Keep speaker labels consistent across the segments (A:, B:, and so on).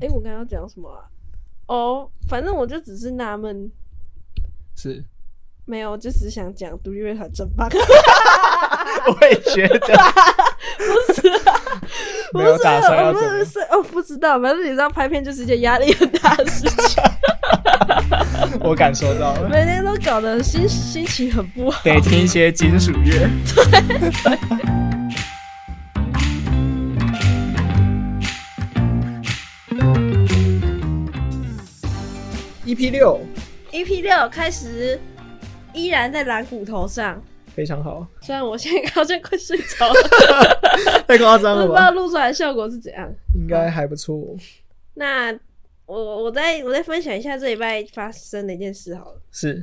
A: 哎、我刚刚讲什么啊？哦，反正我就只是纳闷，
B: 是，
A: 没有，就只想讲独立乐团真 棒，
B: 我也觉 得
A: 不是啊、不
B: 没
A: 是啊，
B: 有打算要
A: 我
B: 怎么
A: 不是哦，不知道，反正你知道拍片就是一件压力很大的事情，
B: 我感受到了。
A: 每天都搞得心心情很不好。
B: 得听一些金属 乐。EP E 六
A: EP E 六开始依然在蓝骨头上，
B: 非常好，
A: 虽然我现在好像快睡着 了，
B: 太夸张
A: 不
B: 了
A: 知道
B: 吧？
A: 录出来的效果是怎样。
B: 应该还不错。
A: 那我我再我再分享一下这礼拜发生的一件事好了，
B: 是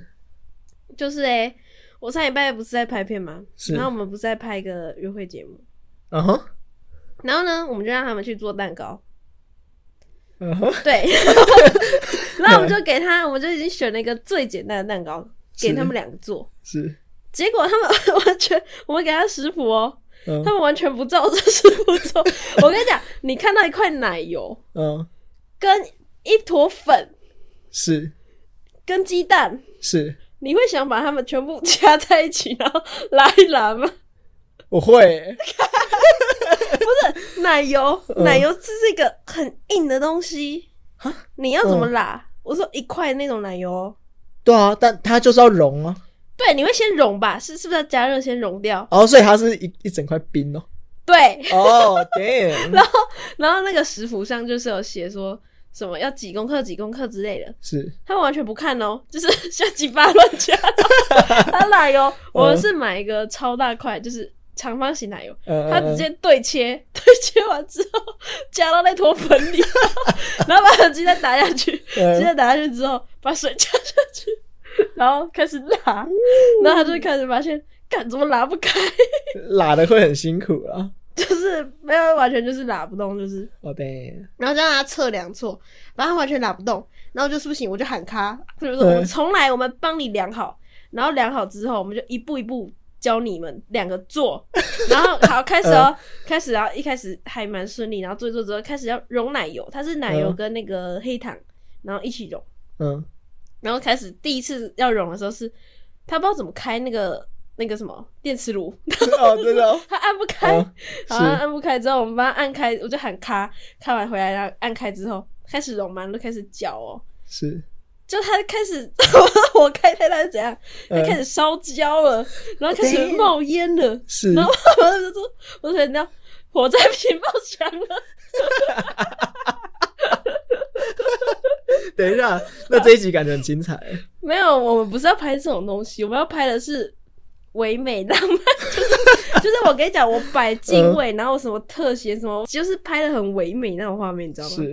A: 就是哎、我上礼拜不是在拍片吗？
B: 是
A: 然后我们不是在拍一个约会节目，
B: 嗯哼，
A: 然后呢，我们就让他们去做蛋糕，
B: 嗯哼，
A: 对，然后我们就给他，我们就已经选了一个最简单的蛋糕给
B: 是
A: 他们两个做，
B: 是，
A: 结果他们 完全我们给他食谱哦。
B: 嗯
A: 他们完全不照这食谱做。我跟你讲，你看到一块奶油
B: 嗯，
A: 跟一坨粉
B: 是
A: 跟鸡蛋，
B: 是，
A: 你会想把它们全部加在一起，然后拉一拉吗？
B: 我会，
A: 奶油，
B: 嗯
A: 奶油这是一个很硬的东西，你要怎么拉？我说一块那种奶油哦，
B: 对啊，但它就是要融啊，
A: 对，你会先融吧？是是不是要加热先融掉？
B: 哦，所以它是一一整块冰哦。
A: 对，
B: 哦，damn，
A: 然后那个食谱上就是有写说什么要几公克、几公克之类的，
B: 是
A: 他们完全不看哦，就是瞎鸡巴乱加。 他奶油，我们是买一个超大块，就是长方形奶油，
B: 呃，
A: 他直接对切， 对切完之后加到那坨粉里， 然后把它鸡蛋打下去，
B: 嗯
A: 鸡蛋打下去之后把水加下去，然后开始拉，然后他就开始发现，干怎么拉不开，
B: 拉的会很辛苦啊。
A: 就是没有完全就是拉不动，就是。
B: 哦，damn，
A: 然后就让他测量错，然后他完全打不动，然后就苏醒，我就喊他，就是说我们
B: 嗯
A: 重来，我们帮你量好，然后量好之后，我们就一步一步教你们两个做， 然后好开始哦，开始，然后一开始还蛮顺利，然后做一做之后开始要融奶油，它是奶油
B: 嗯
A: 跟那个黑糖，然后一起融，
B: 嗯，
A: 然后开始第一次要融的时候是，他不知道怎么开那个那个什么电磁炉，
B: 哦，真的哦，
A: 他按不开，
B: 哦
A: 好啊像
B: 是
A: 按不开之后，我们帮他按开，我就喊咔，咔完回来，然后按开之后开始融嘛，就开始搅哦，
B: 是，
A: 就他开始 我开开他是怎样，他
B: 嗯
A: 开始烧焦了，然后开始冒烟了，
B: 是，
A: 然后 我就说，我说你要火灾警报响了，
B: 等一下，那这一集感觉很精彩。
A: 没有，我们不是要拍这种东西，我们要拍的是唯美浪漫， 就是就是我跟你讲，我摆
B: 嗯
A: 敬畏，然后什么特写什么，就是拍的很唯美那种画面，你知道吗？
B: 是，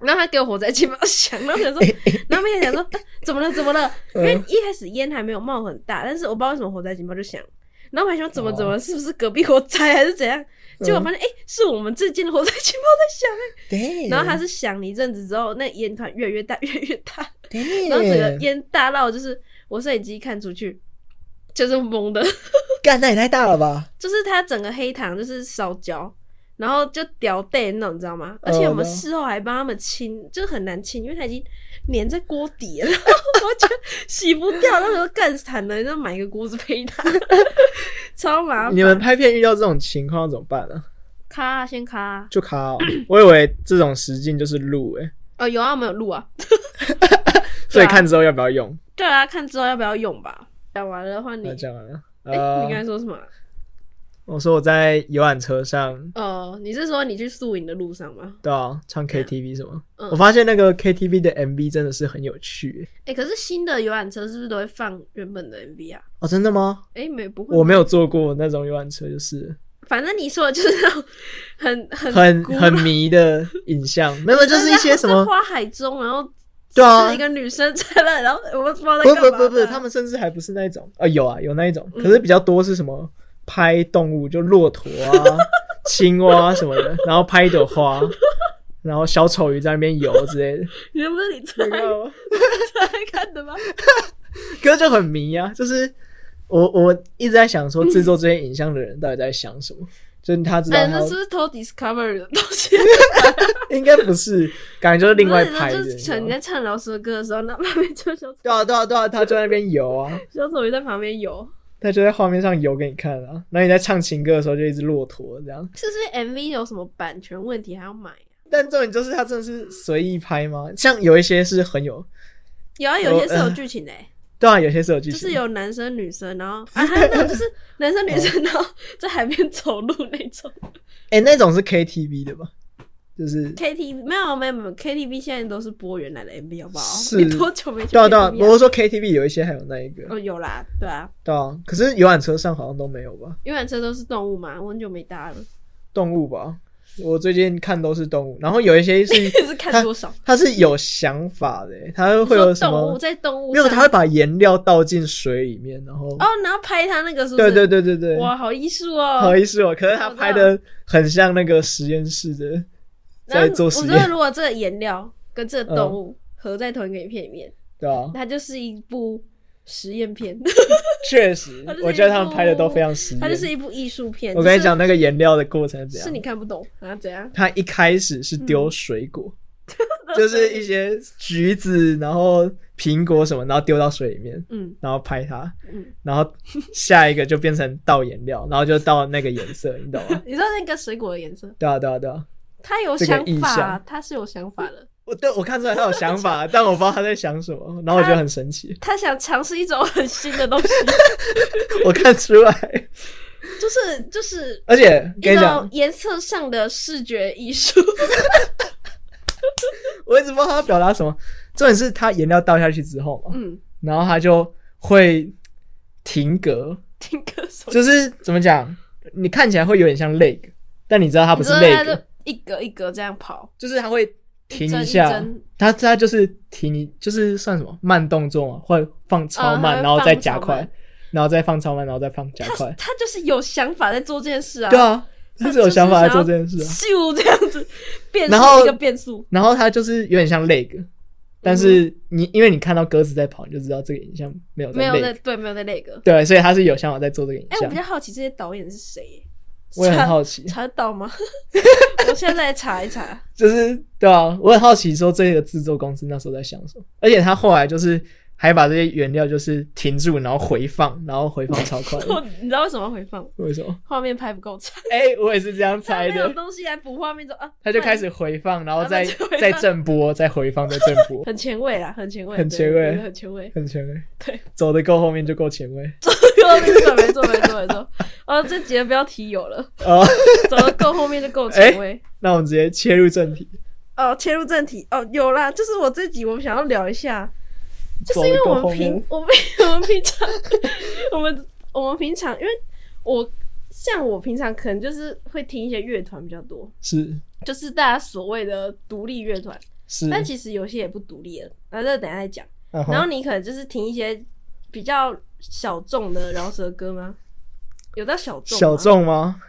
A: 然后他给我火灾警报响，然后我想说，然后没有想说、啊怎么了怎么了，因为
B: 嗯
A: 一开始烟还没有冒很大，但是我不知道为什么火灾警报就响，然后我还想怎么怎么了，是不是隔壁火灾还是怎样？结果发现哎、诶是我们这间的火灾警报在响、诶
B: 对
A: 然后它是响了一阵子之后，那烟团越来越大越来越大，
B: 对
A: 然后整个烟大到就是我摄影机看出去就是蒙的，
B: 干，那也太大了吧？
A: 就是它整个黑糖就是烧焦，然后就掉带那种，你知道吗？
B: 哦
A: 而且我们事后还帮他们清，就很难清，因为它已经粘在锅底了，然 后我就洗不掉，那时候干惨了，就买一个锅子配它， 超麻
B: 你
A: 烦。
B: 们拍片遇到这种情况怎么办呢？
A: 咔啊、先咔啊、
B: 就 卡哦，我以为这种实境就是录诶，
A: 哦，有啊，我们有录啊。
B: 所以看之后要不要用？
A: 对啊，看之后要不要用吧。讲完了换你，
B: 那
A: 哎、
B: 讲完了。
A: 你刚才
B: 呃，
A: 说什么啊？
B: 我说我在游览车上，
A: 哦，你是说你去宿营的路上吗？
B: 对啊，唱 KTV 什么
A: 嗯？
B: 我发现那个 KTV 的 MV 真的是很有趣欸。
A: 哎、可是新的游览车是不是都会放原本的 MV 啊？
B: 哦，真的吗？
A: 哎、没不会吗，
B: 我没有坐过那种游览车，就是
A: 反正你说的就是那种很很
B: 很
A: 古
B: 很迷的影 像，没有，就是一些什
A: 在
B: 么，
A: 花海中，然后
B: 对啊
A: 是一，个女生在那，然后我不知道在
B: 不
A: 干嘛啊嗯
B: 不不不，他们甚至还不是那一种，啊，有啊有那一种，可是比较多是什么拍动物，就骆驼 啊、青蛙什么的，然后拍一朵花，然后小丑鱼在那边游 之类的，
A: 你那不是你出
B: 你
A: 来
B: 知道吗？
A: 出来看 的吗？
B: 可是就很迷啊，就是我我一直在想说制作这些影像的人到底在想什么，就是他知道
A: 哎，
B: 他
A: 那是不是偷 Discovery 的东西？
B: 应该不是，感觉就是另外
A: 不是他
B: 拍的
A: 就。
B: 你
A: 是
B: 知道
A: 可能你
B: 吗
A: 在唱老师的歌的时候，那旁边就小
B: 对啊对啊对啊，他就在那边游啊，
A: 小丑鱼在旁边游，
B: 他就在画面上游给你看啊。然后你在唱情歌的时候就一直骆驼这样。
A: 是不是 MV 有什么版权问题还要买？啊
B: 但重点就是他真的是随意拍吗？像有一些是很有，
A: 有啊，有些是有剧情的、欸，
B: 对啊，有些是有剧
A: 就
B: 情，
A: 是有男生女生，然后 啊，还有那种就是男生女生，然后在海边走路那种。
B: 哎、那种是 KTV 的吧？就是。
A: KTV 没有没有没有 KTV 现在都是播原来的 MV 好不好？
B: 是
A: 你多久没去
B: 对啊对啊，
A: KTV
B: 我是说 KTV 有一些还有那一个，
A: 哦有啦，对啊，
B: 对啊，可是游览车上好像都没有吧？
A: 游览车都是动物嘛，我很久没 搭了，
B: 动物吧，我最近看都是动物，然后有一些 是
A: 也是看多少。
B: 它是有想法的欸，它会有
A: 你
B: 什
A: 说动物
B: 么？
A: 在动物
B: 没有，
A: 上
B: 它会把颜料倒进水里面，然后
A: 哦，然后拍他那个是不
B: 对
A: 是？
B: 对对对对，
A: 哇，好艺术
B: 好
A: 哦。
B: 意思哦，可是他拍的很像那个实验室的
A: 然
B: 在
A: 后
B: 做
A: 我
B: 实
A: 觉得
B: 验，嗯
A: 如果这个颜料跟这个动物合在同一个影片里面，
B: 对啊，
A: 它就是一部实验片，
B: 嗯确实
A: 它就是，
B: 我觉得他们拍的都非常实
A: 它就是
B: 验。
A: 一部艺术片。
B: 我跟
A: 只
B: 你
A: 是
B: 讲，那个颜料的过程是怎
A: 是你
B: 样？
A: 看不懂啊？怎样？
B: 他一开始是丢水果，
A: 嗯
B: 就是一些橘子，然后苹果什么，然后丢到水里面，
A: 嗯
B: 然后拍它，
A: 嗯，？
B: 然后下一个就变成倒颜料， 然后就倒那个颜色，你懂吗
A: 你知道那个水果的颜色，
B: 对啊，对啊，对啊。
A: 它有
B: 这个
A: 想
B: 意
A: 法
B: 象，
A: 它是有想法的，
B: 我对我看出来他有 想法，但我不知道他在想什么，然后我觉得很神奇，
A: 它想尝试一种很新的东西，
B: 我看出来，
A: 就是就是
B: 而且跟
A: 一
B: 你
A: 种
B: 讲，
A: 颜色上的视觉艺术。
B: 我一直不知道他要表达什么。重点是他颜料倒下去之后嘛，
A: 嗯，
B: 然后他就会停格，
A: 听歌手，
B: 就是怎么讲，你看起来会有点像 leg，但你知道它不
A: 你
B: 是
A: 知道它
B: leg，
A: 就一格一格这样跑，
B: 就是它会停
A: 针
B: 一
A: 一
B: 下
A: 针，
B: 它它就是停一，就是算什么慢动作嘛，会放超
A: 嗯它
B: 慢，
A: 会
B: 然后再
A: 放
B: 加
A: 超
B: 快
A: 慢，
B: 然后再放超慢，然后再放加
A: 它
B: 快，
A: 它就是有想法在做这件事啊，
B: 对啊，它是有
A: 就是
B: 想法来
A: 想
B: 做
A: 要
B: 这件事啊。
A: 咻这样 子，变
B: 然后
A: 速一个变速，
B: 然后它就是有点像 leg，但是你、因为你看到鸽子在跑，你就知道这个影像没有在
A: 嗯没有在
B: leg，
A: 对没有在那个。
B: 对，所以它是有想法在做这个影
A: 哎，我
B: 像。
A: 比较好奇这些导演是谁，
B: 我也很
A: 查
B: 好奇，
A: 查得到 吗？我现在来查一查。
B: 就是对啊，我很好奇说这个制作公司那时候在想什么，而且他后来就是还把这些原料就是停住，然后回放，然后回放超快
A: 我你知道为什么要回放吗？
B: 为什么？
A: 画面拍不够长，
B: 哎、我也是这样猜
A: 没有
B: 的。
A: 东西来补画面，就啊，
B: 他就开始回放，然后再
A: 然后再回放
B: 再正播，再回放，再正 播，
A: 很前卫啦，很前卫，
B: 很
A: 对
B: 前卫。
A: 对很前卫
B: 很前卫。
A: 对，
B: 走的够后面就够前卫。
A: 没错，没错，没错，没错。哦，这集的标题有了，
B: 哦，
A: 走得够后面就够前卫。
B: 那我们直接切入正题。
A: 哦，切入正题，哦，有啦，就是我这集我们想要聊一下，就是因为
B: 走
A: 我
B: 得够后
A: 们
B: 面
A: 平我们我们 平常我们我们平常，因为我像我平常可能就是会听一些乐团比较多，
B: 是
A: 就是大家所谓的独立乐团，
B: 是，啊
A: 但其实有些也不独立了，那这等一下再讲。
B: 然
A: 然后你可能就是听一些比较小众的饶舌歌吗？有到小众吗？
B: 小众吗？
A: 嗯，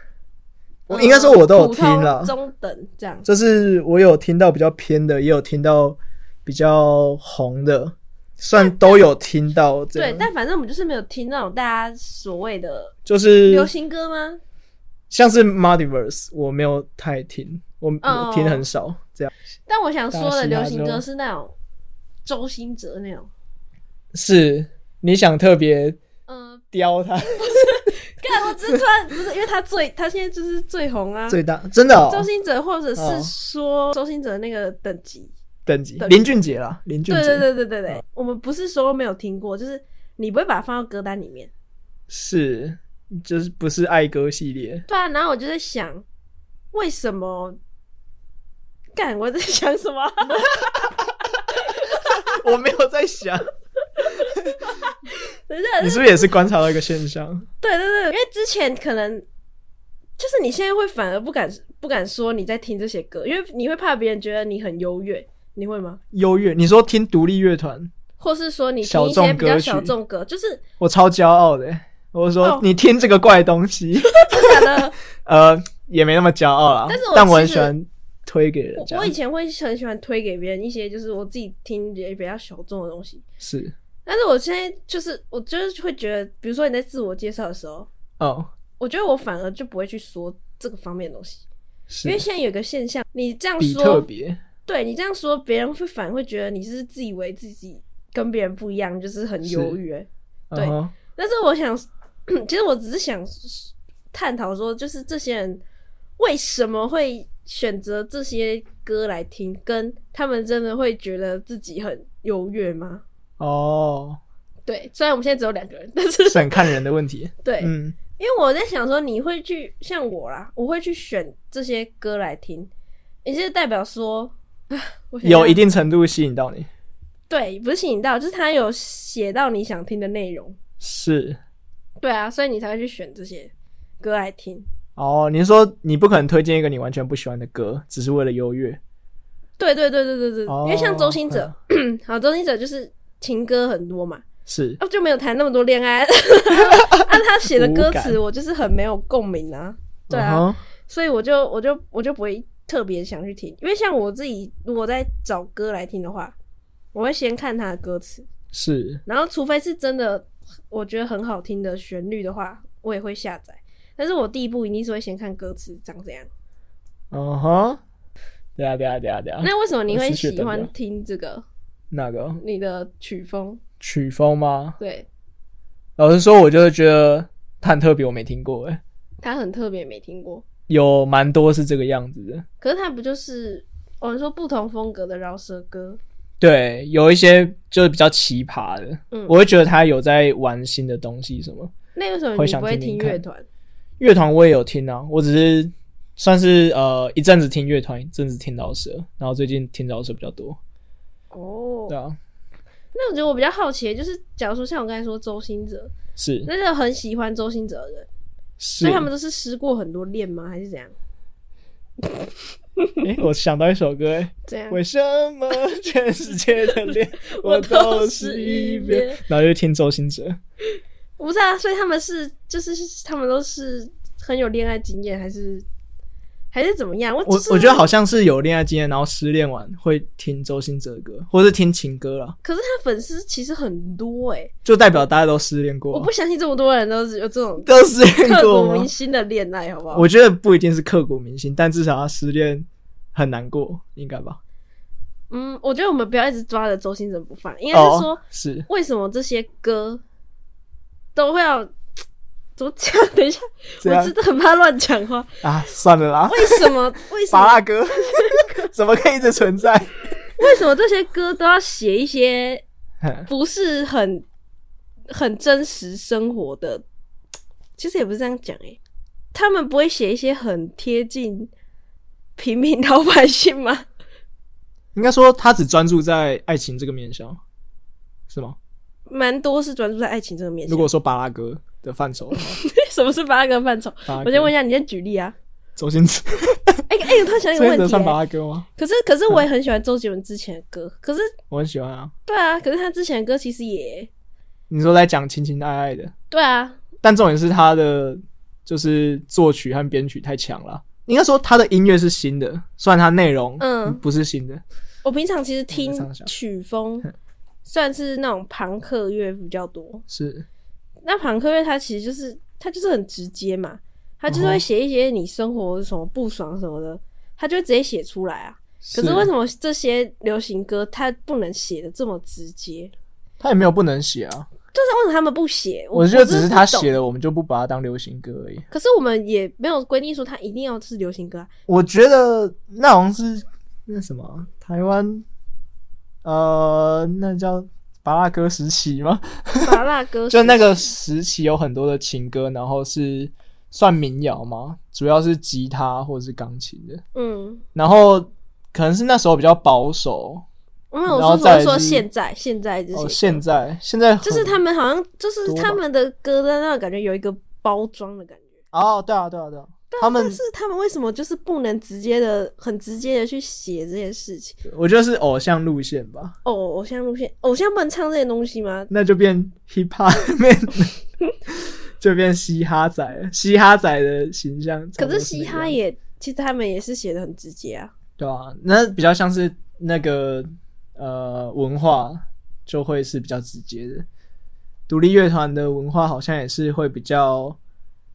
B: 我应该说我都有听
A: 普
B: 了
A: 通，中等这样。
B: 就是我有听到比较偏的，也有听到比较红的，算都有听到这
A: 对
B: 样。，
A: 但反正我们就是没有听那种大家所谓的
B: 就是
A: 流行歌吗？
B: 像是 Multiverse，我没有太听，我
A: 哦
B: 我听很少这样。
A: 但我想说的
B: 大
A: 流
B: 家喜
A: 行
B: 欢这
A: 歌
B: 种
A: 是那种周兴哲那种，
B: 是你想特别
A: 嗯，
B: 雕它
A: 看我只是突然不是，因为他最他现在就是 最红啊，
B: 最大，真的哦
A: 周，兴哲或者是
B: 哦
A: 说周兴哲那个等级，
B: 等级
A: 对
B: 林俊杰啦，林俊
A: 对对
B: 杰
A: 对对对对，我们不是说没有听过，就是你不会把它放到歌单里面。
B: 是就是不是爱歌 系列，
A: 对啊，然后我就在想，为什么？干，我在想什么？啊
B: 我没有在想，
A: 等一下，
B: 你是不是也是观察到一个现象？
A: 对对对，因为之前可能就是你现在会反而不敢不敢说你在听这些歌，因为你会怕别人觉得你很优越，你会吗？
B: 优越，你说听独立乐团，
A: 或是说你
B: 小
A: 听一
B: 众
A: 些比较
B: 歌曲
A: 小众歌，就是
B: 我超骄傲的欸。我说、
A: 哦
B: 你听这个怪东 西，
A: 假的。
B: 呃，也没那么骄傲啦。
A: 但是我
B: 但我很
A: 其
B: 喜
A: 实
B: 欢推给人
A: 我
B: 家。
A: 我以前会很喜欢推给别人一些就是我自己听也比较小众的东西，
B: 是
A: 但是我现在就是我就是会觉得，比如说你在自我介绍的时候，
B: 哦，
A: 我觉得我反而就不会去说这个方面的东西，
B: 是
A: 因为现在有个现象，你这样
B: 比特
A: 说，
B: 别
A: 对你这样说，别人会反而会觉得你是自以为自己跟别人不一样，就是很优越。对
B: 嗯哼
A: 但是我想， 其实我只是想探讨说，就是这些人为什么会选择这些歌来听，跟他们真的会觉得自己很优越吗？
B: 哦，
A: 对，虽然我们现在只有两个人，但 是
B: 是很看人的问题。
A: 对，
B: 嗯，
A: 因为我在想说，你会去像我啦，我会去选这些歌来听，也就是代表说，啊我想要
B: 有一定程度吸引到你，
A: 对，不是吸引到，就是他有写到你想听的内容，
B: 是
A: 对啊，所以你才会去选这些歌来听。
B: 哦。你是说你不可能推荐一个你完全不喜欢的歌，只是为了优越？
A: 对对对对对对，
B: 哦啊
A: 因为像周星哲， 好，周星哲就是情歌很多嘛，
B: 是
A: 啊就没有谈那么多恋 爱，啊他写的歌
B: 无
A: 词我就是很没有共鸣啊，对啊，
B: 嗯哼
A: 所以我就我就我就不会特别想去听，因为像我自己如果在找歌来听的话，我会先看它的歌词，
B: 是
A: 然后除非是真的我觉得很好听的旋律的话，我也会下载。但是我第一步一定是会先看歌词长怎样。
B: 嗯哼，对啊对啊对啊对啊，
A: 那为什么你
B: 我
A: 会
B: 思绪
A: 喜
B: 等
A: 欢
B: 等
A: 听这个
B: 那个
A: 你的曲风？
B: 曲风吗？
A: 对，
B: 老实说，我就是觉得他很特别，我没听过哎，
A: 它很特别，没听过。
B: 有蛮多是这个样子的。
A: 可是它不就是我们说不同风格的饶舌歌？
B: 对，有一些就是比较奇葩的，
A: 嗯
B: 我会觉得他有在玩新的东西什么。
A: 那为什么
B: 会
A: 你
B: 想
A: 不会
B: 听听
A: 听
B: 看
A: 乐团？
B: 乐团我也有听啊，我只是算是呃一阵子听乐团，一阵子听饶舌，然后最近听饶舌比较多。
A: 哦
B: 对，啊，
A: 那我觉得我比较好奇，就是假如说像我刚才说周星哲，
B: 是
A: 那个很喜欢周星哲的人，
B: 是
A: 所以。他们都是失过很多恋吗？还是怎样？
B: 诶 我想到一首歌，诶
A: 怎样？
B: 为什么全世界的脸
A: 我
B: 我
A: 都
B: 都是
A: 是
B: 一
A: 一
B: 边
A: 边？
B: 然后就听周星哲。
A: 我不是啊，所以他们是就是他们都是很有恋爱经验，还是还是怎么样？我
B: 我
A: 就是
B: 我觉得好，像是有恋爱经验，然后失恋完会听周星哲的歌，或是听情歌啦，
A: 可是他粉丝其实很多哎、
B: 就代表大家都失恋过
A: 我
B: 啊。
A: 不相信这么多人都是有这种
B: 都失恋
A: 刻
B: 过
A: 骨
B: 吗
A: 铭？心的恋爱，好不好？
B: 我觉得不一定是刻骨铭心，但至少他失恋很难过，应该吧？
A: 嗯，我觉得我们不要一直抓着周星哲不放，应该是说、
B: 哦、是
A: 为什么这些歌都会要怎么讲？等一下，
B: 这样
A: 我真的很怕乱讲话。
B: 啊，算了啦，
A: 为什么？为什
B: 法
A: 么？
B: 拉哥怎么可以一直存在？
A: 为什么这些歌都要写一些
B: 哼
A: 不是很很真实生活的？其实也不是这样讲诶、欸他们不会写一些很贴近平民老百姓吗？
B: 应该说他只专注在爱情这个面向，是吗？
A: 蛮多是专注在爱情这个面向
B: 如。果说巴拉哥的范畴的话，
A: 什么是八个范畴
B: 八？
A: 我
B: 个
A: 先问一下，你先举例啊。
B: 周星驰，
A: 哎、 哎、我突然想起
B: 周
A: 一个
B: 星
A: 问
B: 驰
A: 题、
B: 算巴
A: 欸，
B: 拉哥吗？
A: 可是可是我也很喜欢周杰伦之前的歌，可是
B: 我很喜欢啊。
A: 对啊，可是他之前的歌其实也
B: 你说在讲情情爱爱的，
A: 对啊，
B: 但重点是他的就是作曲和编曲太强了。应该说他的音乐是新的，虽然他内容
A: 嗯
B: 不是新的，
A: 我平常其实
B: 嗯我
A: 听
B: 在唱小
A: 曲风算是那种朋克乐比较多。
B: 是
A: 那朋克乐它其实就是它就是很直接嘛，它就是
B: 嗯
A: 会
B: 哼
A: 写一些你生活什么不爽什么的，它就会直接写出来啊。可是
B: 是
A: 为什么这些流行歌它不能写的这么直接？
B: 他也没有不能写啊？
A: 就是为什么他们不写？我
B: 我觉得只是他。
A: 我真的不懂
B: 写的，我们就不把它当流行歌而已。
A: 可是我们也没有规定说它一定要是流行歌 啊。
B: 我觉得那好像是那什么啊台湾，呃，那叫巴拉歌时期吗？
A: 巴拉歌
B: 就那个时期有很多的情歌，然后是算民谣吗？主要是吉他或者是钢琴的，
A: 嗯，
B: 然后可能是那时候比较保守。
A: 因为我
B: 然后
A: 说
B: 再
A: 我
B: 来
A: 是说
B: 是
A: 现在现在这些歌、
B: 哦，现在现在很
A: 就是他们好像就是
B: 多吧
A: 他们的歌的那种感觉有一个包装的感觉。
B: 哦，对啊，对啊，对啊，他们
A: 但是他们为什么就是不能直接的、很直接的去写这些事情？
B: 我觉得是偶像路线吧，
A: 哦，偶像路线，偶像不能唱这些东西吗？
B: 那就变 hip hop 变就变嘻哈仔了，嘻哈仔的形象差
A: 可
B: 不多那个样子。
A: 是嘻哈也，其实他们也是写的很直接啊。
B: 对啊，那比较像是那个呃文化就会是比较直接的。独立乐团的文化好像也是会比较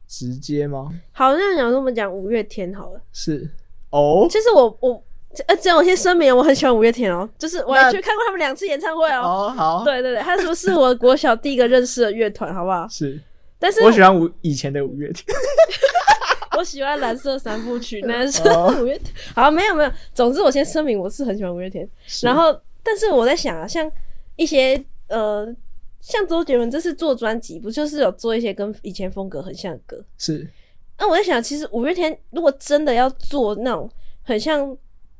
B: 直接吗？
A: 好，那想说我们讲五月天好了。
B: 是哦
A: 其实我我呃，这样我先声明，我很喜欢五月天哦，就是我
B: 那
A: 还去看过他们两次演唱会哦。
B: 哦好，，
A: 对对对，他说是我国小第一个认识的乐团，好不好？
B: 是
A: 但是
B: 我喜欢五以前的五月 天，
A: 我喜欢蓝色三部曲，那是
B: 哦
A: 五月天。好，没有没有，总之我先声明，我是很喜欢五月天。
B: 是
A: 然后，但是我在想啊，像一些呃，像周杰伦这次做专辑，不就是有做一些跟以前风格很像的歌？
B: 是
A: 那我在想，其实五月天如果真的要做那种很像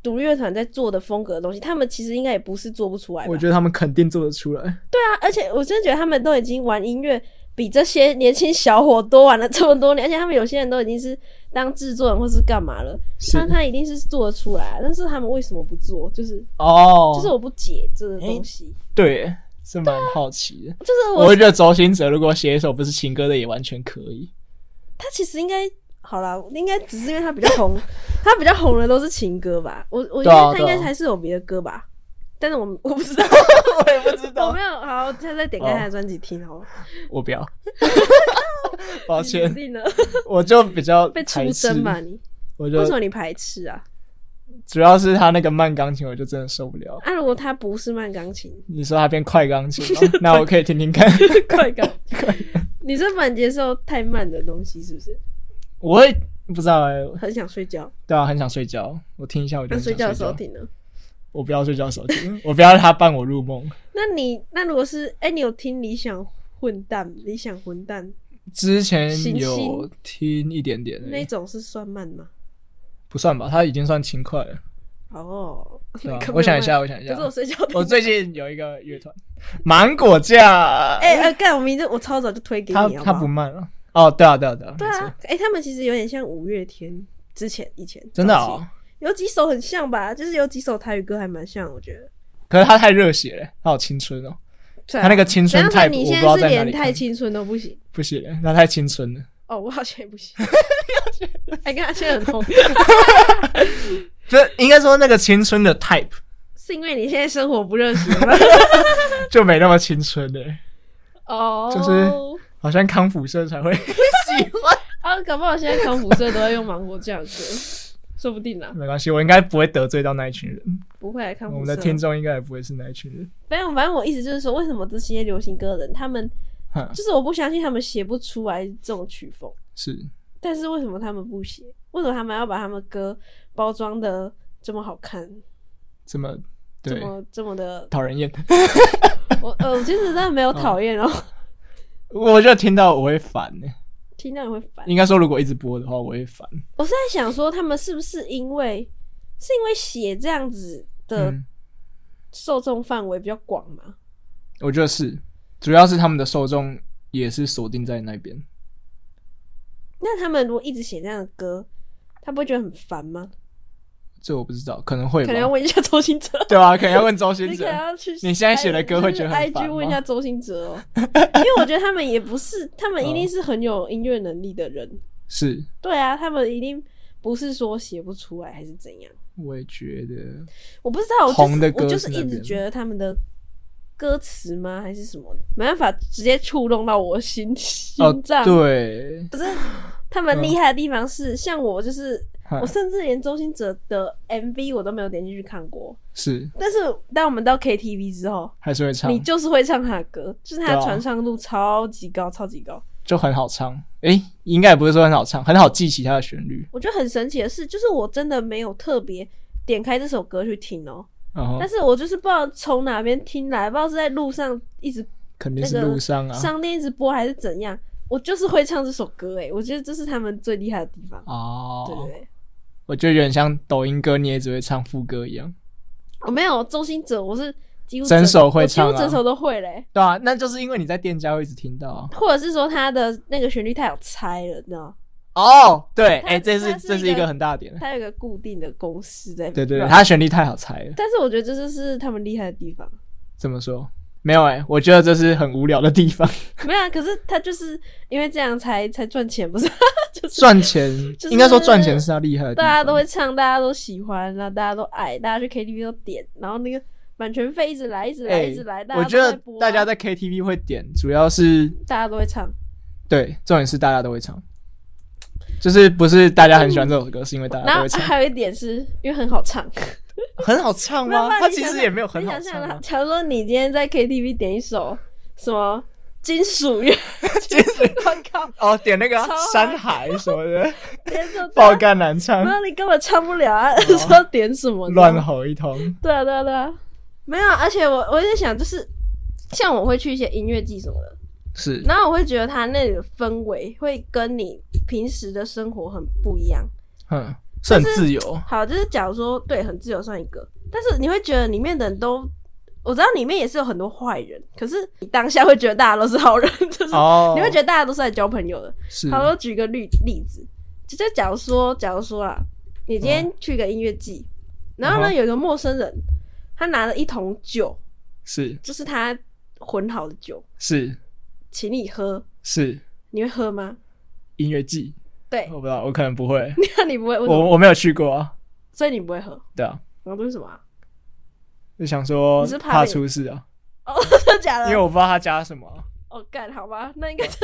A: 独立乐团在做的风格的东西，他们其实应该也不是做不出来吧。
B: 我觉得他们肯定做得出来，
A: 啊而且我真的觉得他们都已经玩音乐比这些年轻小伙多玩了这么多年，而且他们有些人都已经是当制作人或是干嘛了，
B: 是
A: 那他一定是做得出来啊、但是他们为什么不做？就是
B: 哦，
A: 就是我不解这个东西，
B: 对，是蛮好奇的。
A: 啊就是
B: 我
A: 我
B: 会觉得周兴哲如果写一首不是情歌的，也完全可以。
A: 他其实应该。好啦，应该只是因为他比较红， 他比较红的都是情歌吧。我我觉
B: 对啊
A: 得他应
B: 对啊
A: 该还是有别的歌吧，但是我 我不知道，
B: 我也不知
A: 我没有好，现在再点开他的专辑听好了。
B: 我不要。 抱
A: 你
B: 歉，
A: 定了，
B: 我就比较
A: 被出
B: 排斥
A: 征嘛你？
B: 我就
A: 为什么你排斥啊？
B: 主要是他那个慢钢琴，我就真的受不了。
A: 啊，如果他不是慢钢琴，
B: 你说他变快钢琴吗， 那我可以听听看。
A: 快感。 你是蛮接受太慢的东西，是不是？
B: 我会不知道哎、
A: 很想睡觉，
B: 对啊，很想睡觉。我听一下，我就
A: 那
B: 很想
A: 睡
B: 睡觉
A: 觉的时候听呢？
B: 我不要睡觉的时候听，我不要让他伴我入梦
A: 那你那如果是哎、你有听理想混蛋、理想混蛋
B: 之前
A: 行
B: 有
A: 星
B: 听一点点、
A: 那
B: 欸，
A: 种是算慢吗？
B: 不算吧，他已经算轻快了。
A: 哦，
B: 对啊
A: 可不可以
B: 我想一
A: 慢
B: 下，我想一下。
A: 可是我睡觉听
B: 我最近有一个乐团，芒果酱。
A: 哎哎干，我明天我超早就推给你，
B: 他
A: 好
B: 他
A: 好
B: 不慢了。哦，对啊，对啊，对啊。
A: 对
B: 没错，
A: 啊，哎、他们其实有点像五月天之前以前
B: 真的
A: 早期
B: 哦。
A: 有几首很像吧，就是有几首台语歌还蛮像，我觉得。
B: 可是他太热血了，他好青春哦，
A: 对啊
B: 他那个青春
A: 怎样
B: 太，
A: 说
B: 我不
A: 你
B: 知
A: 现
B: 道
A: 在
B: 在
A: 是
B: 哪
A: 连
B: 里
A: 太
B: 看。
A: 青春都不行
B: 不行，他太青春了。
A: 哦，我好像也不 行，哎，跟他现在很痛，
B: 就应该说那个青春的 type
A: 是因为你现在生活不热血吗？
B: 就没那么青春了，
A: 哦，
B: 就是好像康复社才会 喜欢。
A: 啊，搞不好现在康复社都在用芒果酱歌，说不定啦，
B: 没关系，我应该不会得罪到那一群人，
A: 不会来啊康
B: 我
A: 复
B: 们
A: 社
B: 的。听众应该也不会是那一群人。
A: 反正反正我意思就是说，为什么这些流行歌人，他们
B: 哼，
A: 就是我不相信他们写不出来这种曲风。
B: 是
A: 但是为什么他们不写？为什么他们要把他们歌包装的这么好看，
B: 这么
A: 这
B: 对
A: 么这么的？
B: 讨人厌。
A: 我呃，我其实真的没有
B: 嗯
A: 讨厌哦，
B: 我就听到我会烦呢，
A: 听到你会烦。
B: 应该说如果一直播的话，我会烦。
A: 我是在想说，他们是不是因为是因为写这样子的
B: 嗯，
A: 受众范围比较广嘛？
B: 我觉得是，主要是他们的受众也是锁定在那边。
A: 那他们如果一直写这样的歌，他不会觉得很烦吗？
B: 这我不知道，可能会
A: 可
B: 吧
A: 能。要问一下周星哲，
B: 对啊，可能要问周星
A: 你可
B: 哲
A: 能。要去
B: 你现在写的歌会觉得很
A: I
B: 烦
A: G
B: 吗
A: 问一下周星哲哦， 因为我觉得他们也不是，他们一定是很有音乐能力的人，
B: 是，
A: 对啊，他们一定不是说写不出来还是怎样，
B: 我也觉得
A: 我不知道，我就是
B: 红的歌
A: 我就是
B: 是那
A: 一直
B: 边
A: 觉得他们的歌词吗还是什么的，没办法直接触动到我心
B: 哦
A: 心脏，，
B: 对，
A: 不是他们厉害的地方是，像我就是。
B: 哈
A: 我甚至连周星哲的 MV 我都没有点进去看过，
B: 是
A: 但是当我们到 KTV 之后，
B: 还是会唱
A: 你，就是会唱他的歌，就是他
B: 对
A: 的
B: 啊
A: 传唱度超级高，超级高。
B: 就很好唱。诶，应该也不是说很好唱，很好记起它的旋律。
A: 我觉得很神奇的是，就是我真的没有特别点开这首歌去听哦、
B: 然后
A: 但是我就是不知道从哪边听来，不知道是在路上一直
B: 肯定是路上啊
A: 商店一直播还是怎样，我就是会唱这首歌、欸。哎，我觉得这是他们最厉害的地方。对
B: 哦
A: 对，对，
B: 我觉得有点像抖音歌，你也只会唱副歌一样。
A: 我哦没有周星哲，我是几乎
B: 整首会
A: 我几乎
B: 唱啊
A: 整首都会嘞、欸
B: 对啊，那就是因为你在店家会一直听到啊。
A: 或者是说他的那个旋律太有猜了，你知道吗？
B: 哦，对，
A: 它
B: 诶，这是
A: 它是
B: 这是
A: 一
B: 一
A: 个
B: 个很大的点。
A: 他有一个固定的公式在。
B: 对对对，它的旋律太好猜了。
A: 但是我觉得这就是他们厉害的地方。
B: 怎么说？没有诶，我觉得这是很无聊的地 方。
A: 没有啊，可是他就是因为这样才才赚钱，不是？ 就是
B: 赚钱，
A: 就是
B: 应该说赚钱是他厉害的地
A: 大
B: 方。
A: 家都会唱，大家都喜欢，然后大家都爱，大家去 KTV 都点，然后那个版权费一直来，一直来，
B: 哎，
A: 啊一直来，大家
B: 我
A: 都
B: 觉得
A: 在播啊
B: 大家在 KTV 会点，主要是
A: 大家都会唱，
B: 对，重点是大家都会唱。就是不是大家很喜欢这首歌，是因为大家
A: 然
B: 都
A: 后
B: 会唱，
A: 还有一点是因为很好 唱，
B: 很好唱
A: 没有
B: 吗？
A: 办法
B: 它
A: 你
B: 其
A: 想
B: 实
A: 想
B: 也没有很
A: 你
B: 好
A: 想
B: 唱
A: 象
B: 啊
A: 啊，。假如说你今天在 KTV 点一首什么金属 乐，
B: 金属
A: 我靠，
B: 哦，点那个啊
A: 超
B: 《
A: 嗨
B: 山海》什么的，
A: 点这首
B: 爆干难唱
A: 没，有你根本唱不了 啊，说点什么
B: 乱吼一通。
A: 对啊，对啊，对啊，没有啊。而且我我在想，就是像我会去一些音乐季什么的，
B: 是
A: 然后我会觉得它那里的氛围会跟你平时的生活很不一样。
B: 嗯，是很自由，
A: 好，就是假如说对很自由算一个，但是你会觉得里面的人都，我知道里面也是有很多坏人，可是你当下会觉得大家都是好人， 就是
B: 哦
A: 你会觉得大家都是来交朋友的。
B: 是
A: 好，我举个例例子，就就假如说，假如说啊，你今天去一个音乐季，然后
B: 嗯
A: 呢
B: 哼
A: 有一个陌生人，他拿了一桶酒，
B: 是
A: 就是他混好的酒，
B: 是
A: 请你喝，
B: 是
A: 你会喝吗？
B: 音乐季，
A: 对，
B: 我不知道，我可能不会，
A: 那 你不会，为什么
B: 哦我我没有去过啊。
A: 所以你不会喝，
B: 对啊，
A: 然后为什么啊？
B: 就想说
A: 你是怕
B: 怕
A: 被
B: 出事啊，
A: 哦，真的假的？
B: 因为我不知道他加什么啊，
A: 哦，干好吧，那应该就是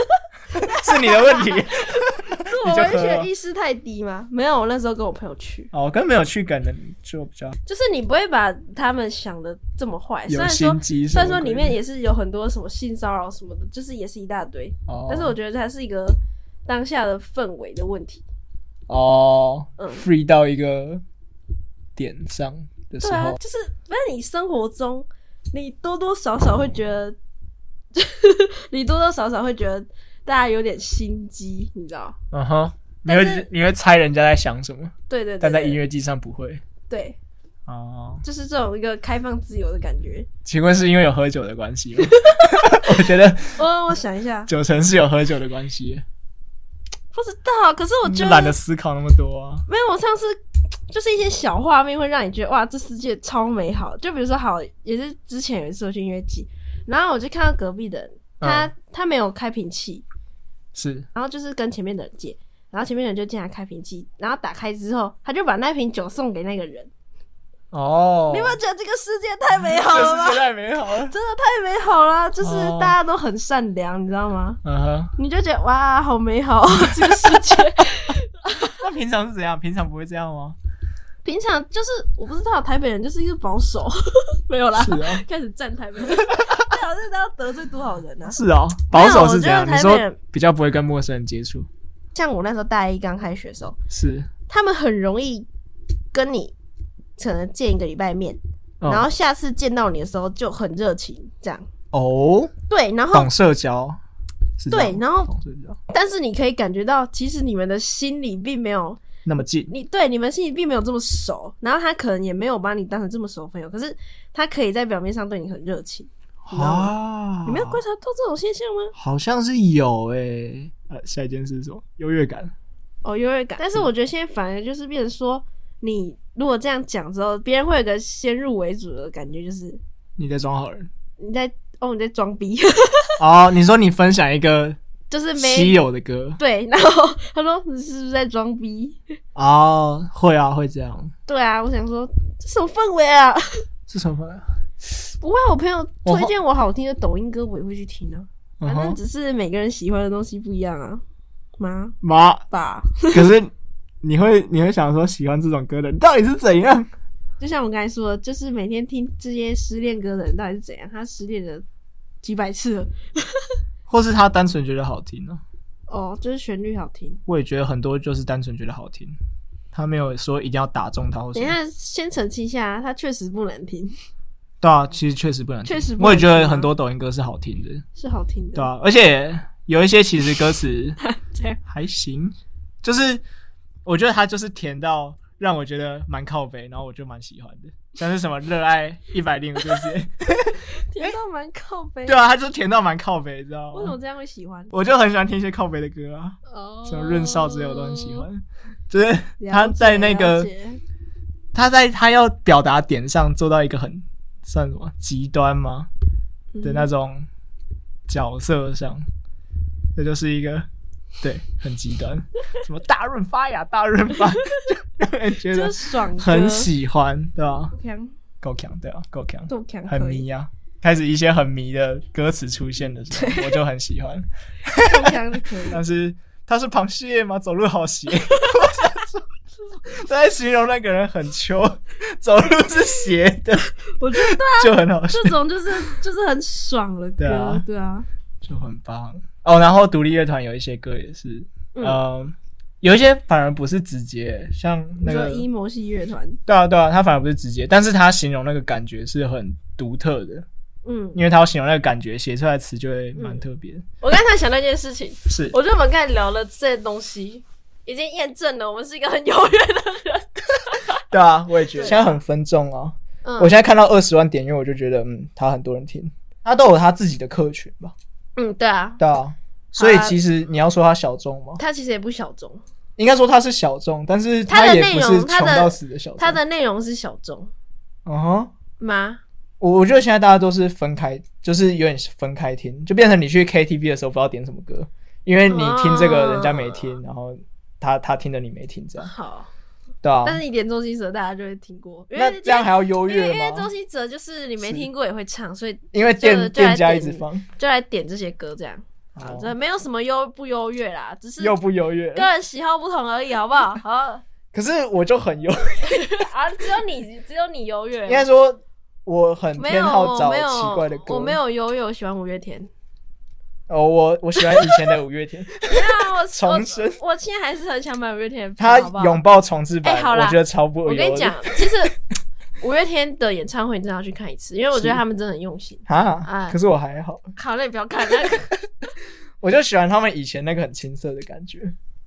B: 是你的 问题。
A: 我
B: 你就
A: 文
B: 喝
A: 学
B: 了
A: 意识太低吗？没有，我那时候跟我朋友去，
B: 哦，跟没有去感的就比较
A: 就是你不会把他们想的这么坏，虽
B: 有
A: 然说
B: 心机什
A: 虽然
B: 么鬼的。
A: 说里面也是有很多什么性骚扰什么的，就是也是一大堆，
B: 哦，
A: 但是我觉得它是一个当下的氛围的问题。
B: 哦
A: 嗯
B: ，free 到一个点上的时
A: 对啊
B: 候，，
A: 就是那你生活中，你多多少少会觉得， 你多多少少会觉得大家有点心机，你知道？
B: 嗯哼，你
A: 但是
B: 会你会猜人家在想什么，
A: 对对对
B: 但在
A: 对
B: 音乐季上不会。
A: 对，
B: 哦，
A: 就是这种一个开放自由的感 觉。
B: 请问是因为有喝酒的关 系吗？我觉得
A: 哦，我想一下，
B: 九成是有喝酒的关系，
A: 不知道，可是我觉得
B: 懒得思考那么多啊。
A: 没有，我上次就是一些小画面会让你觉得哇，这世界超美好。就比如说，好，也是之前有一次我去音乐季，然后我就看到隔壁的人，他、
B: 嗯
A: 他没有开瓶器，
B: 是
A: 然后就是跟前面的人借，然后前面的人就进来开瓶器，然后打开之后，他就把那瓶酒送给那个人。
B: 哦，
A: 你有没有觉得这个世界太美好了
B: 这
A: 吗
B: 世界？太美好了。
A: 真的太美好了，就是
B: 哦
A: 大家都很善良，你知道吗？
B: 嗯哼，
A: 你就觉得哇，好美好 这个世界。
B: 那平常是怎样？平常不会这样吗？
A: 平常就是我不知道台北人就是一个保守， 没有啦，
B: 是啊，
A: 开始站台北人， 对啊，这要得罪多少人啊？
B: 是啊，保守是怎样？
A: 没
B: 你
A: 有我觉得台
B: 说
A: 北人
B: 比较不会跟陌生人接触，
A: 像我那时候大一刚开学的时候，
B: 是，
A: 他们很容易跟你可能见一个礼拜面，
B: 嗯
A: 然后下次见到你的时候就很热情，这样
B: 哦，
A: 对，然后
B: 懂社交，是这样
A: 对
B: 吗
A: 然后
B: 懂社交
A: 但是你可以感觉到，其实你们的心里并没有
B: 那么近，
A: 你对你们心里并没有这么熟，然后他可能也没有把你当成这么熟的朋友，可是他可以在表面上对你很热情，你知道吗？
B: 啊，
A: 你没有观察到这种现象吗？
B: 好像是有诶、呃，下一件事是什么？优越感。
A: 哦，优越感。但是我觉得现在反而就是变成说，你如果这样讲之后，别人会有个先入为主的感觉，就是
B: 你在装好人
A: 你在哦你在装逼，
B: 哦？你说你分享一个
A: 就是
B: 稀
A: 没
B: 有的歌
A: 对。然后他说你是不是在装逼？
B: 哦？会啊，会这样。
A: 对啊，我想说这什么氛围啊？
B: 是什么？
A: 不会啊，我朋友
B: 我
A: 推荐我好听的抖音歌，我也会去听啊。
B: 嗯
A: 反正
B: 哼，
A: 只是每个人喜欢的东西不一样啊。妈
B: 妈，
A: 吧，
B: 可是你会 你会想说喜欢这种歌的人到底是怎样？
A: 就像我刚才说的，就是每天听这些失恋歌的人到底是怎样，他失恋了几百次了。
B: 或是他单纯觉得好听呢、
A: 哦，就是旋律好听。
B: 我也觉得很多就是单纯觉得好听，他没有说一定要打中他或什
A: 等一
B: 么。
A: 下，先澄清一下，它确实不难听，
B: 对啊，其实确实不能听，
A: 确实不能
B: 我也觉
A: 听
B: 得
A: 啊
B: 很多抖音歌是好听的，
A: 是好听的。
B: 对啊，而且有一些其实 歌词
A: 这样
B: 还行，就是我觉得他就是甜到让我觉得蛮靠北，然后我就蛮喜欢的，像是什么热爱一百零五 这些，
A: 甜到蛮靠背。
B: 对啊，他就甜到蛮靠北，知道
A: 为什么
B: 吗？
A: 这样会喜欢？
B: 我就很喜欢听一些靠北的歌啊，
A: 哦，
B: 什么润少之类我都很喜。欢，就是他
A: 了解
B: 在那个
A: 哦了解
B: 他在他要表达点上做到一个很算什么极端吗
A: 嗯
B: 的那种角色上，这就是一个对很极 端，什么大润发呀，大润发， 就让人
A: 嗯
B: 觉得
A: 就是爽歌，
B: 很喜欢，对吧、
A: 强，
B: 够强，对啊，够强，
A: 够强，
B: 很
A: 可以
B: 迷啊。开始一些 很迷的歌词出现的时候，我就很喜欢，
A: 够强就可以。
B: 但是。他是螃蟹吗？走路好 斜。”我想说，在形容那个人很穷，走路是斜的，
A: 我觉得
B: 就很好笑，
A: 这种就是就是很爽的歌，
B: 对啊
A: 对啊，
B: 就很棒哦。然后独立乐团有一些歌也是，
A: 嗯
B: 呃，有一些反而不是直接，像那个
A: 你说 emo 系乐团，
B: 对啊对啊，他反而不是直接，但是他形容那个感觉是很独特的，
A: 嗯，
B: 因为他要形容那个感觉，写出来的词就会蛮特别的。
A: 我刚才想到一件事情，
B: 是，
A: 我觉得我们刚才聊了这些东西，已经验证了我们是一个很优越的人。
B: 对啊，我也觉得现在很分众啊。
A: 嗯
B: 我现在看到二十万点阅，我就觉得嗯，他很多人听，他都有他自己的客群吧？
A: 嗯，对啊，
B: 对啊，所以其实你要说他小众吗？
A: 它其实也不小众，
B: 应该说他是小众，但是
A: 他的
B: 也
A: 内
B: 不
A: 容
B: 是
A: 他
B: 穷
A: 的
B: 到死的小众。
A: 它的内容是小众
B: 嗯哼，
A: 吗？
B: 我我觉得现在大家都是分开，就是有点分开听，就变成你去 KTV 的时候不知道点什么歌，因为你听这个
A: 啊
B: 人家没听，然后他他听的你没听，这样
A: 好，
B: 对啊。
A: 但是你点周星哲，大家就会听过，因为
B: 那这样还要优
A: 因为
B: 越
A: 因为周
B: 吗？
A: 星哲就是你没
B: 是
A: 听过也会唱，所以
B: 因为
A: 就
B: 店
A: 就来
B: 店家一
A: 点
B: 直放，
A: 就来点这些歌这样。啊
B: 哦，
A: 这没有什么优不优越啦，只是
B: 又不优越。
A: 个人喜好不同而已，好不好？好
B: 可是我就很优，
A: 啊，只有你 只有你优越
B: 应，该说我很
A: 没
B: 偏
A: 有
B: 好
A: 我
B: 找
A: 没有
B: 奇怪的歌。
A: 我没有优越，我喜欢五月 天。
B: 哦，我我喜欢以前的五 月天，
A: 对啊，我
B: 重生
A: 我我现在还是很想买五月天的
B: 他
A: 票，好不好？
B: 拥抱重置版
A: 哎，好啦
B: 我觉得超不
A: 我
B: 优的。
A: 跟你讲， 其实五月天的演唱会你真的要去看一次，因为我觉得他们真的很用心。
B: 啊
A: 哎，
B: 可是我还好，
A: 好，那你不要看那个，
B: 我就喜欢他们以前那个很青涩的感觉，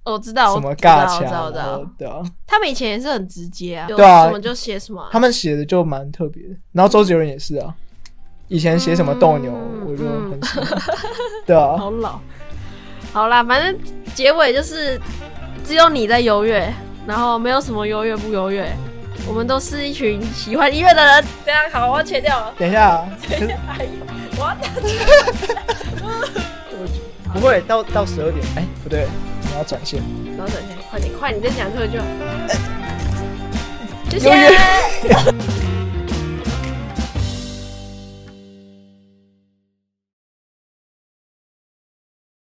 A: 我知道，
B: 什
A: 我
B: 么
A: 哦知道
B: 尬，
A: 我知道，我
B: 掐，
A: 知
B: 然后
A: 道。
B: 对啊，
A: 他们以前也是很直接啊，有
B: 对啊
A: 什么就写什么啊。
B: 他们写的就蛮特别的。然后周杰伦也是啊，以前写什么斗牛，
A: 嗯
B: 我就
A: 嗯
B: 很喜欢。对啊，
A: 好老。好啦，反正结尾就是只有你在优越，然后没有什么优越不优越，我们都是一群喜欢音乐的人。这样好，我要切掉了。
B: 等一下 啊，可是
A: 哎我要
B: 不会到到十二点，哎，不对，我要转线。
A: 等等一下，快点快点，你再讲这个就，谢
B: 优
A: 谢。